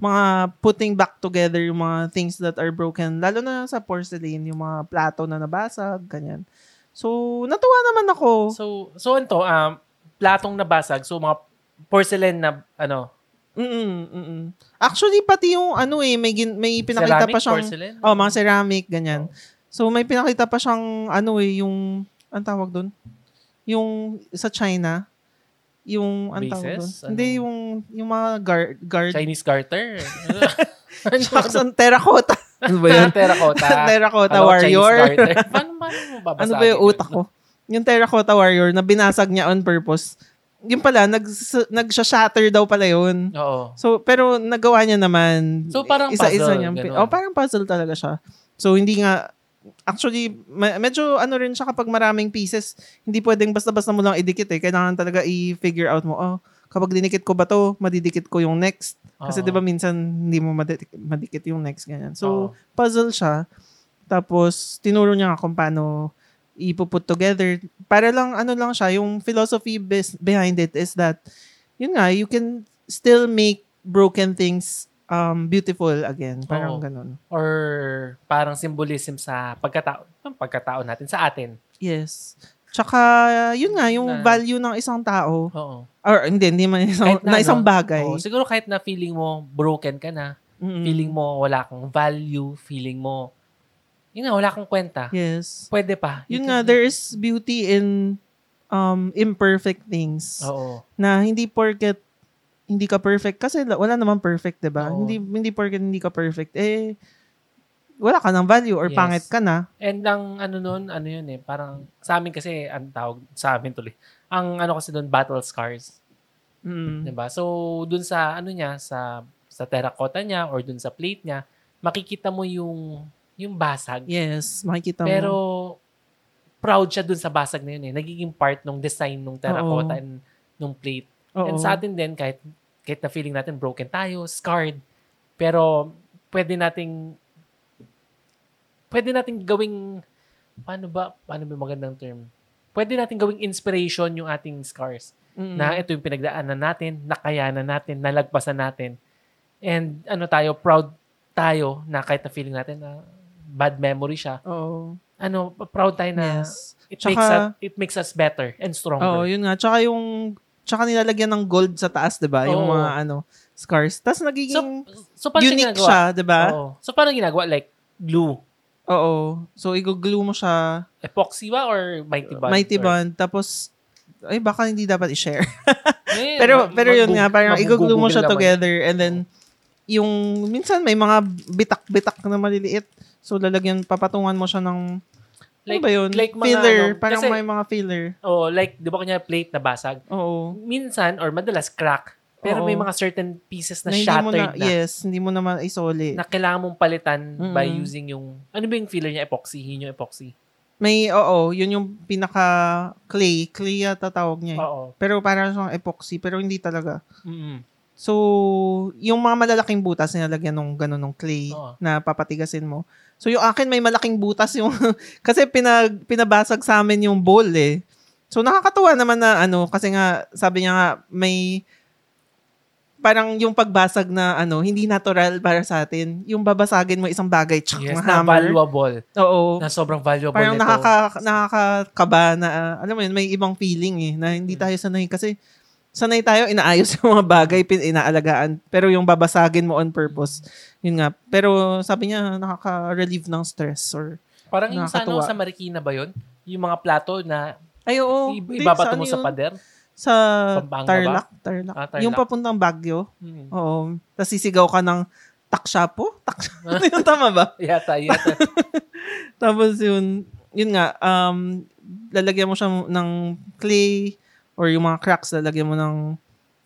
S2: mga putting back together yung mga things that are broken. Lalo na sa porcelain, yung mga plato na nabasag, ganyan. So, natuwa naman ako.
S1: So, so ito, um, platong nabasag, so mga porcelain na, ano,
S2: Mm-mm, mm-mm. Actually, pati yung ano eh, may, gin- may pinakita
S1: ceramic
S2: pa siyang...
S1: porcelain?
S2: Oh, mga ceramic, ganyan. So, may pinakita pa siyang, ano eh, yung, ang tawag doon? Yung sa China, yung, ang
S1: Vases?
S2: tawag doon?
S1: Ano?
S2: Hindi, yung, yung mga guard, guard, <laughs>
S1: Chinese garter.
S2: shucks, ang terracotta.
S1: <laughs>
S2: ano ba yun?
S1: Terracotta.
S2: <laughs> terracotta
S1: Hello, ano,
S2: warrior.
S1: Chinese garter. paano, paano mo babasagin?
S2: <laughs> Ano ba yung utak ko? Yung terracotta warrior na binasag niya on purpose. Yung pala, nag, nagsha-shatter daw pala yun.
S1: Oo.
S2: So, pero nagawa niya naman.
S1: So, parang
S2: Isa-isa
S1: puzzle,
S2: niyang pi-
S1: ganun.
S2: Oh, parang puzzle talaga siya. So, hindi nga, actually, me- medyo ano rin siya kapag maraming pieces, hindi pwedeng basta-basta mo lang idikit eh. Kailangan talaga i-figure out mo, oh, kapag dinikit ko ba to, madidikit ko yung next. Kasi
S1: Oo.
S2: 'di ba minsan hindi mo madi- madikit yung next ganyan.
S1: Oo.
S2: So, puzzle siya. Tapos tinuro niya nga kung paano ipuput together. Para lang ano lang siya, yung philosophy bes- behind it is that yun nga, you can still make broken things um beautiful again. Parang
S1: Oo.
S2: ganun.
S1: Or parang symbolism sa pagkatao, ang pagkatao natin, sa atin.
S2: Yes. Tsaka, yun nga, yung
S1: Na-
S2: value ng isang tao,
S1: Oo.
S2: or hindi, hindi man isang,
S1: Kahit na,
S2: na, isang
S1: no?
S2: bagay.
S1: Oo, siguro kahit na feeling mo broken ka na,
S2: Mm.
S1: feeling mo wala kang value, feeling mo, yun na, wala kang kwenta.
S2: Yes.
S1: Pwede pa. You
S2: Yun
S1: can
S2: nga,
S1: do-
S2: there is beauty in um, imperfect things.
S1: Oo.
S2: Na hindi porket hindi ka perfect. Kasi la- wala naman perfect, di ba?
S1: Oo.
S2: Hindi, hindi porket hindi ka perfect. Eh, wala ka ng value or
S1: Yes.
S2: pangit ka na.
S1: And ang ano nun, ano yun eh, parang sa amin kasi, ang tawag, sa amin tuloy, ang ano kasi doon, battle scars, 'di
S2: Mm.
S1: ba Diba? So, dun sa ano niya, sa sa terracotta niya or dun sa plate niya, makikita mo yung yung basag.
S2: Yes, makikita
S1: Pero
S2: mo.
S1: proud siya dun sa basag na yun eh. Nagiging part ng design ng terracotta
S2: Oo.
S1: and nung plate.
S2: Oo.
S1: And sa atin din, kahit, kahit na feeling natin broken tayo, scarred, pero pwede nating pwede nating gawing paano ba paano ba yung magandang term? Pwede nating gawing inspiration yung ating scars
S2: Mm.
S1: na ito yung pinagdaanan natin, nakayanan natin, nalagpasan natin. And ano tayo, proud tayo na kahit na feeling natin na bad memory siya.
S2: Oo.
S1: Ano, proud tayo na
S2: Yes.
S1: it,
S2: Tsaka- Oh,
S1: makes us, it makes us better and
S2: Oo,
S1: stronger.
S2: yun nga. Tsaka yung, tsaka nilalagyan ng gold sa taas, di ba? Yung
S1: Oo.
S2: mga ano, scars. Tapos nagiging
S1: so, paano siya
S2: unique
S1: ginagawa?
S2: siya, di ba?
S1: Oo. So, paano ginagawa? Like, glue.
S2: Oo. So, i-glue mo siya
S1: Epoxy ba or Mighty Bond?
S2: Mighty
S1: Or-
S2: Bond. Tapos, ay, baka hindi dapat i-share.
S1: Eh,
S2: pero,
S1: mag-
S2: pero yun
S1: mag-
S2: nga, parang
S1: mag-
S2: i-glue mo siya
S1: Google naman.
S2: together and then, yung, minsan may mga bitak-bitak na maliliit. So, lalagyan, papatungan mo siya ng,
S1: Like,
S2: ano ba yun?
S1: like mga
S2: filler.
S1: ano,
S2: parang
S1: kasi-
S2: may mga filler.
S1: Oh, like, di ba kanya plate na basag?
S2: Oo.
S1: Minsan, or madalas, crack. Pero
S2: Oo.
S1: may mga certain pieces na,
S2: hindi mo
S1: shattered na,
S2: Yes, hindi mo na maisoli.
S1: na kailangan mong palitan by
S2: Mm.
S1: using yung, ano ba yung filler niya? Epoxy? Yun yung epoxy.
S2: May, oo, yun yung pinaka clay. Clay yata tawag niya. eh.
S1: Oo.
S2: Pero parang siyang epoxy, pero hindi talaga.
S1: Mm-mm.
S2: So, yung mga malalaking butas nilalagyan nung ganun nung clay
S1: Oo.
S2: na papatigasin mo. So, yung akin may malaking butas yung <laughs> kasi pinag, pinabasag sa amin yung bowl eh. So, nakakatuwa naman na ano kasi nga sabi niya nga may parang yung pagbasag na ano hindi natural para sa atin. Yung babasagin mo isang bagay tsak
S1: Yes,
S2: na
S1: na
S2: hammer.
S1: valuable.
S2: Oo.
S1: Na sobrang valuable
S2: Parang
S1: nito.
S2: nakaka, nakakakaba na, ah, alam mo yun, may ibang feeling eh, na hindi
S1: Mm.
S2: tayo sanay kasi sanay tayo, inaayos <laughs> yung mga bagay, pin, inaalagaan, pero yung babasagin mo on purpose, yun nga. Pero sabi niya, nakaka-relieve ng stress or,
S1: Parang yung sa, ano,
S2: nakakatuwa.
S1: sa Marikina ba yun? Yung mga plato na
S2: ay oo,
S1: i-
S2: hindi,
S1: ibabato
S2: saan
S1: mo sa
S2: yun?
S1: pader.
S2: Sa
S1: Pampanga ba?
S2: Tarlac, Tarlac.
S1: Ah, Tarlac.
S2: Yung papuntang Baguio,
S1: Mm. <laughs>
S2: oo, tapos sisigaw ka ng <laughs>
S1: <laughs>
S2: taksya po? Taksya, ano yun, tama ba?
S1: Yata, yata.
S2: Tapos yun, yun nga, um, lalagyan mo siya ng clay or yung mga cracks, lalagyan mo ng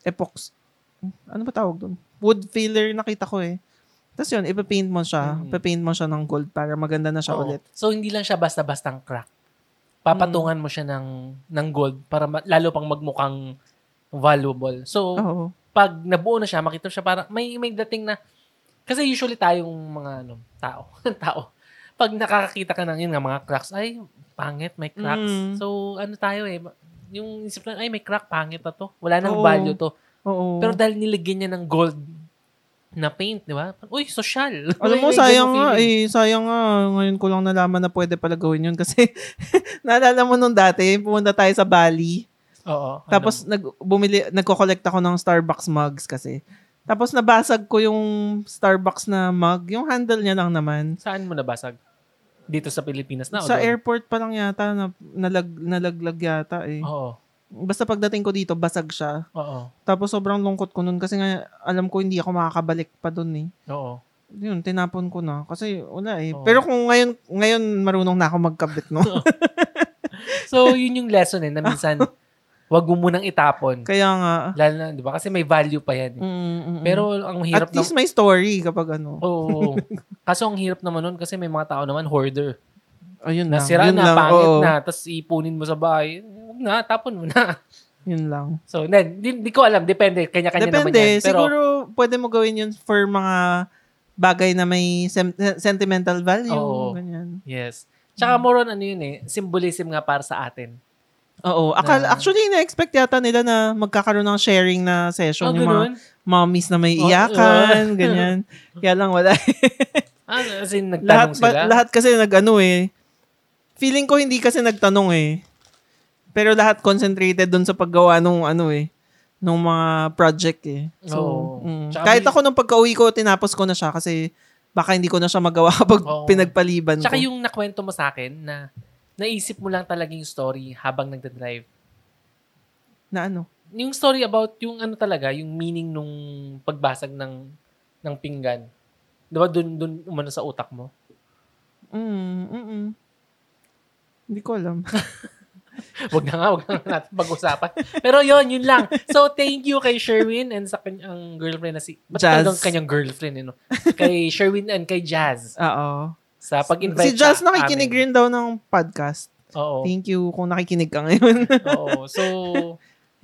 S2: epox. Ano ba tawag doon? Wood filler nakita ko eh. Tapos yun, ipapaint mo siya.
S1: Mhm.
S2: Ipapaint mo siya ng gold para maganda na siya
S1: Oo.
S2: ulit.
S1: So, hindi lang siya basta-bastang crack. Papatungan mo siya ng, ng gold para ma- lalo pang magmukhang valuable. So,
S2: Oo.
S1: pag nabuo na siya, makita siya para may may dating na kasi usually tayong mga ano, tao, <laughs> tao. Pag nakakakita ka ng yun nga mga cracks, ay pangit, may cracks.
S2: Mm.
S1: So ano tayo eh, ma- yung isip lang, ay may crack, pangit na to. Wala nang
S2: Oo.
S1: value to.
S2: Oo.
S1: Pero dahil nilagyan niya ng gold na paint, di ba? Uy, social.
S2: Alam
S1: <laughs>
S2: mo,
S1: May ganung
S2: sayang nga
S1: feeling.
S2: eh. Sayang nga. Ngayon ko lang nalaman na pwede pala gawin yun kasi <laughs> naalala mo nung dati, pumunta tayo sa Bali.
S1: Oo. ano?
S2: Tapos nag bumili nagko-collect ako ng Starbucks mugs kasi. Tapos nabasag ko yung Starbucks na mug, yung handle niya lang naman.
S1: saan mo nabasag? Dito sa Pilipinas na? o Ah,
S2: sa
S1: doon?
S2: airport pa lang yata na nalag nalaglag yata eh.
S1: Oo.
S2: Basta pagdating ko dito basag siya.
S1: Oo.
S2: Tapos sobrang lungkot ko nun kasi nga alam ko hindi ako makakabalik pa doon eh.
S1: Oo.
S2: Yun, tinapon ko na kasi wala eh.
S1: Oo.
S2: Pero kung ngayon ngayon marunong na ako magkabit
S1: <laughs>
S2: no.
S1: So, yun yung lesson eh, na
S2: <laughs>
S1: minsan, wag mo munang itapon.
S2: Kaya nga
S1: Lalo na, di ba? Kasi may value pa yan. eh.
S2: mm, mm, mm.
S1: Pero ang hirap
S2: at
S1: na...
S2: least may story kapag ano. <laughs>
S1: Oo. Kaso ang hirap naman nun kasi may mga tao naman hoarder.
S2: Ayun lang.
S1: Nasira
S2: yun
S1: Oh, na,
S2: lang.
S1: pangit
S2: oo.
S1: na, tapos ipunin mo sa bahay. Huwag na, tapon mo na. <laughs>
S2: Yun lang.
S1: So, nan, di, di ko alam. Depende. Kanya-kanya naman
S2: Depende.
S1: yan. Pero,
S2: Siguro, pwede mo gawin yun for mga bagay na may sem- sentimental value.
S1: Oo.
S2: Ganyan.
S1: yes.
S2: Mm.
S1: Tsaka more on ano yun eh, symbolism nga para sa atin.
S2: Oo. Akal,
S1: Na-
S2: actually, na-expect yata nila na magkakaroon ng sharing na session.
S1: Oh,
S2: yung
S1: ganun.
S2: mga mommies na may
S1: Oh,
S2: iyakan,
S1: <laughs>
S2: ganyan. Kaya lang wala.
S1: Ah, as in,
S2: lahat,
S1: nagtanong
S2: ba-
S1: sila.
S2: lahat kasi nag-ano eh. Feeling ko hindi kasi nagtanong eh. Pero lahat concentrated dun sa paggawa nung ano eh nung mga project eh. So,
S1: Oo.
S2: mm.
S1: Tsaka
S2: kahit
S1: may-
S2: ako nung pagka-uwi ko, tinapos ko na siya kasi baka hindi ko na siya magawa <laughs> pag
S1: Oo.
S2: pinagpaliban
S1: Tsaka
S2: ko.
S1: yung nakwento mo sa akin na naisip mo lang talaga yung story habang nagdadrive.
S2: na ano?
S1: yung story about yung ano talaga, yung meaning nung pagbasag ng ng pinggan. 'Di ba doon doon umano sa utak mo? <laughs>
S2: Mm, mm-mm. Hindi ko alam. <laughs>
S1: Wag na nga, wag na nga natin pag-usapan. Pero yon yun lang. So thank you kay Sherwin and sa kanyang girlfriend na si Ba't
S2: Jazz.
S1: talagang kanyang girlfriend eh, no? Kay Sherwin and kay Jazz
S2: Oo.
S1: sa pag-invite
S2: Si Jazz
S1: sa
S2: nakikinig
S1: amin.
S2: rin daw ng podcast.
S1: Oo.
S2: Thank you kung nakikinig ka ngayon.
S1: oo. So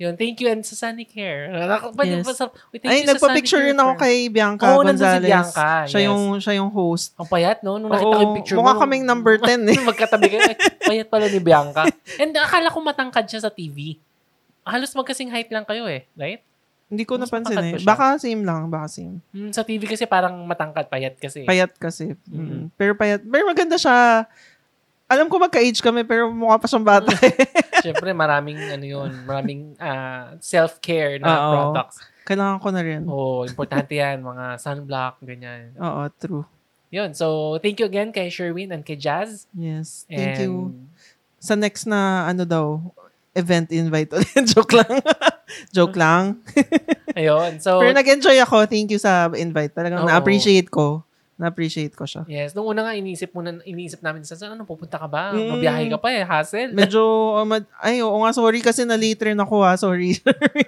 S1: yun, thank you and sa Sunicare. Ako pa
S2: Yes.
S1: yes. sa, Uy, thank
S2: Ay,
S1: you sa
S2: nagpa-picture
S1: Sunny
S2: rin ako
S1: Care.
S2: kay Bianca
S1: Oo, nandun si
S2: Gonzalez.
S1: Bianca,
S2: Siya
S1: yes.
S2: yung, siya yung host.
S1: Ang payat, no? Nung nakita ko
S2: Oo,
S1: yung picture
S2: mukha
S1: mo.
S2: kaming
S1: <laughs>
S2: number 10 eh.
S1: Magkatabi kayo. Ay, Payat pala ni Bianca. And akala ko matangkad siya sa TV. Halos magkasing height lang kayo eh. Right?
S2: Hindi ko
S1: Mas
S2: napansin
S1: matangkad
S2: eh.
S1: ba siya?
S2: Baka same lang, baka same.
S1: Mm, sa TV kasi parang matangkad, payat kasi.
S2: Payat <laughs> kasi. Mm.
S1: Mhm.
S2: Pero payat. Pero maganda siya. Alam ko magka-age kami pero mukha pa siyang bata eh. <laughs>
S1: Siyempre, maraming ano yun, maraming ah, self-care na
S2: Oo.
S1: products.
S2: Kailangan ko na rin.
S1: Oo, importante yan. Mga sunblock, ganyan.
S2: Oo, true.
S1: Yun, so thank you again kay Sherwin and kay Jazz.
S2: Yes.
S1: And
S2: Thank you. Sa next na ano daw, event invite ulit. <laughs> Joke lang. Joke lang.
S1: Ayun, so...
S2: Pero nag-enjoy ako. Thank you sa invite.
S1: Oo.
S2: Talagang na-appreciate ko. Na-appreciate ko siya.
S1: Yes, nung una nga iniisip muna, iniisip namin sa ano, pupunta ka ba?
S2: Mm.
S1: Mabiyahe ka pa eh, hassle.
S2: Medyo, um, ay, oo nga, sorry kasi na-late rin ako ha. Sorry. <laughs>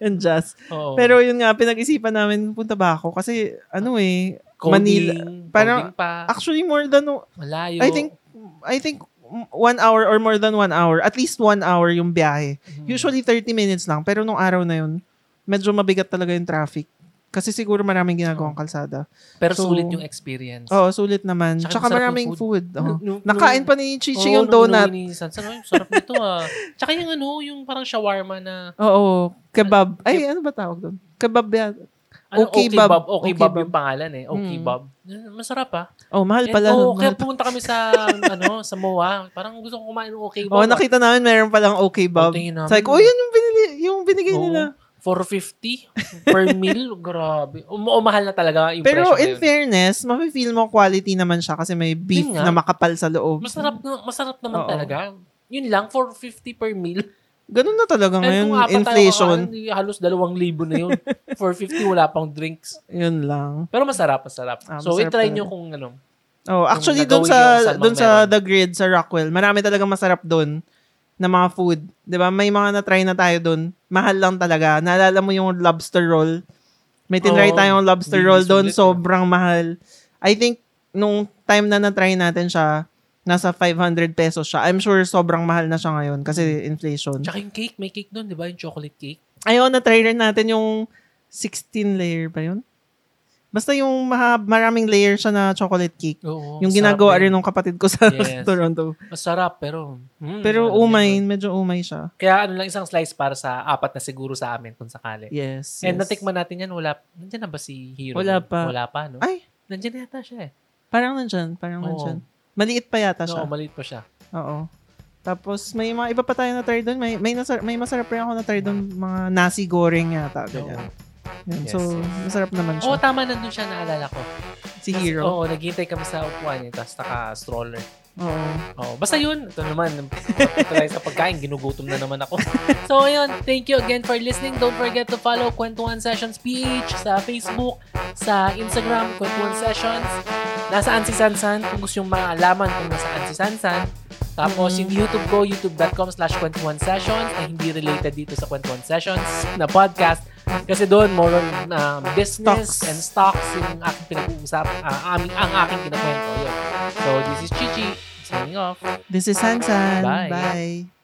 S2: And just.
S1: Oo.
S2: Pero yun nga, pinag-isipan namin, punta ba ako? Kasi, ano eh,
S1: Coding,
S2: Manila- parang-
S1: coding pa,
S2: actually more than,
S1: malayo.
S2: I think, I think, one hour or more than one hour. At least one hour yung biyahe.
S1: Mhm.
S2: Usually 30 minutes lang. Pero nung araw na yun, medyo mabigat talaga yung traffic. Kasi siguro maraming ginagawang kalsada.
S1: Pero
S2: So, oh,
S1: sulit yung experience.
S2: Oo, sulit naman.
S1: Tsaka
S2: Tsaka
S1: masarap yung
S2: maraming food. Oo.
S1: Nung-
S2: Nakain
S1: nung-
S2: pa ni
S1: Mm-hmm.
S2: Chichi
S1: Oo,
S2: yung
S1: nung
S2: donut.
S1: luminisan. Sabi ko, "Ay, sarap nito
S2: <laughs>
S1: ah. Tsaka yung ano, yung parang shawarma na,
S2: Oo, kebab. Ay, ano ba tawag doon? Kebab yan.
S1: ano, okay,
S2: Okay, Bob.
S1: Bob. Okay,
S2: Okay,
S1: Bob,
S2: Bob.
S1: yung pangalan eh. Okay,
S2: Mm.
S1: Bob. Masarap ah.
S2: Oh, mahal
S1: And,
S2: pala.
S1: oo,
S2: no?
S1: kaya
S2: Mahal
S1: pumunta kami sa,
S2: <laughs>
S1: ano, sa MOA. Parang gusto ko kumain ng okay,
S2: Oo,
S1: Bob. ah.
S2: nakita namin meron palang okay, Bob.
S1: Ang tingin namin.
S2: Sabi ko, oh, yun yung, binili, yung binigay
S1: Oo.
S2: nila.
S1: 450 per
S2: <laughs>
S1: meal. Grabe. O, o, mahal na talaga yung presyo
S2: Pero
S1: na
S2: in
S1: yun.
S2: fairness, mafe-feel mo quality naman siya kasi may beef
S1: Yun nga.
S2: na makapal sa loob.
S1: Masarap, na, masarap naman
S2: Oo.
S1: talaga. Yun lang, 450 per meal.
S2: Ganun na talaga
S1: Ngayon,
S2: ngayon,
S1: kung apat ano.
S2: inflation.
S1: tayo kakain, halos dalawang libo
S2: <laughs>
S1: na yun. 450, wala pang drinks.
S2: Yun lang.
S1: Pero masarap, masarap.
S2: Ah,
S1: so,
S2: masarap
S1: itry
S2: talaga.
S1: nyo kung ano,
S2: Oh, actually doon
S1: nagawin yung
S2: sa
S1: samang
S2: doon sa
S1: meron.
S2: The Grid sa Rockwell, marami talaga masarap doon na mga food. 'Di ba? May mga na-try na tayo doon. Mahal lang talaga. Naalala mo yung lobster roll? May
S1: Oo.
S2: tinry tayong lobster
S1: Hindi
S2: roll
S1: sulit
S2: doon,
S1: eh.
S2: sobrang mahal. I think nung time na na-try natin siya, nasa 500 pesos siya. I'm sure sobrang mahal na siya ngayon kasi inflation.
S1: Tsaka yung cake, may cake doon, di ba? Yung chocolate cake.
S2: Ayun, na-try rin natin yung 16 layer ba yun? Basta yung maha- maraming layer siya na chocolate cake.
S1: Oo. masarap
S2: Yung ginagawa
S1: yun.
S2: rin ng kapatid ko sa
S1: Yes.
S2: <laughs> Toronto.
S1: Masarap, pero... mm,
S2: Pero
S1: ano yun.
S2: umay, medyo umay siya.
S1: Kaya ano lang, isang slice para sa apat na siguro sa amin kung sakali.
S2: Yes.
S1: And
S2: yes.
S1: natikman natin yan, wala, nandiyan na ba si Hero?
S2: Wala pa.
S1: Wala pa, no?
S2: Ay!
S1: Nandiyan na yata siya eh.
S2: Parang nandyan, parang
S1: Oo.
S2: nandyan. Maliit pa yata siya.
S1: Oo, maliit pa siya.
S2: Oo. Tapos may mga iba pa tayo na try doon. May may, nasar- may masarap rin ako na try doon mga nasi goreng yata ganyan. Yun,
S1: Yes, Oh,
S2: so
S1: yes.
S2: masarap naman
S1: Oo,
S2: siya.
S1: tama nandun siya, naalala ko.
S2: si Hero.
S1: Oo,
S2: Oo.
S1: naghihintay kami sa upuan niya, tapos naka-stroller. Oo, Oh, basta yun. Ito naman, tuloy sa pagkain, ginugutom na naman ako. <laughs> so, ayun. Thank you again for listening. Don't forget to follow Kwentuhan Sessions PH sa Facebook, sa Instagram, Kwentuhan Sessions. Nasaan si Sansan? Kung gusto yung maalaman kung nasaan si Sansan. Tapos, yung YouTube ko, youtube.com slash Kwentuhan Sessions na hindi related dito sa Kwentuhan Sessions na podcast. Kasi doon, more on um, business
S2: Stocks.
S1: and stocks yung aking pinag-uusap, ah, aming- ang aking kinakwento. Yun. So, this is Chichi. Signing off.
S2: This is Sansan.
S1: Bye.
S2: Bye.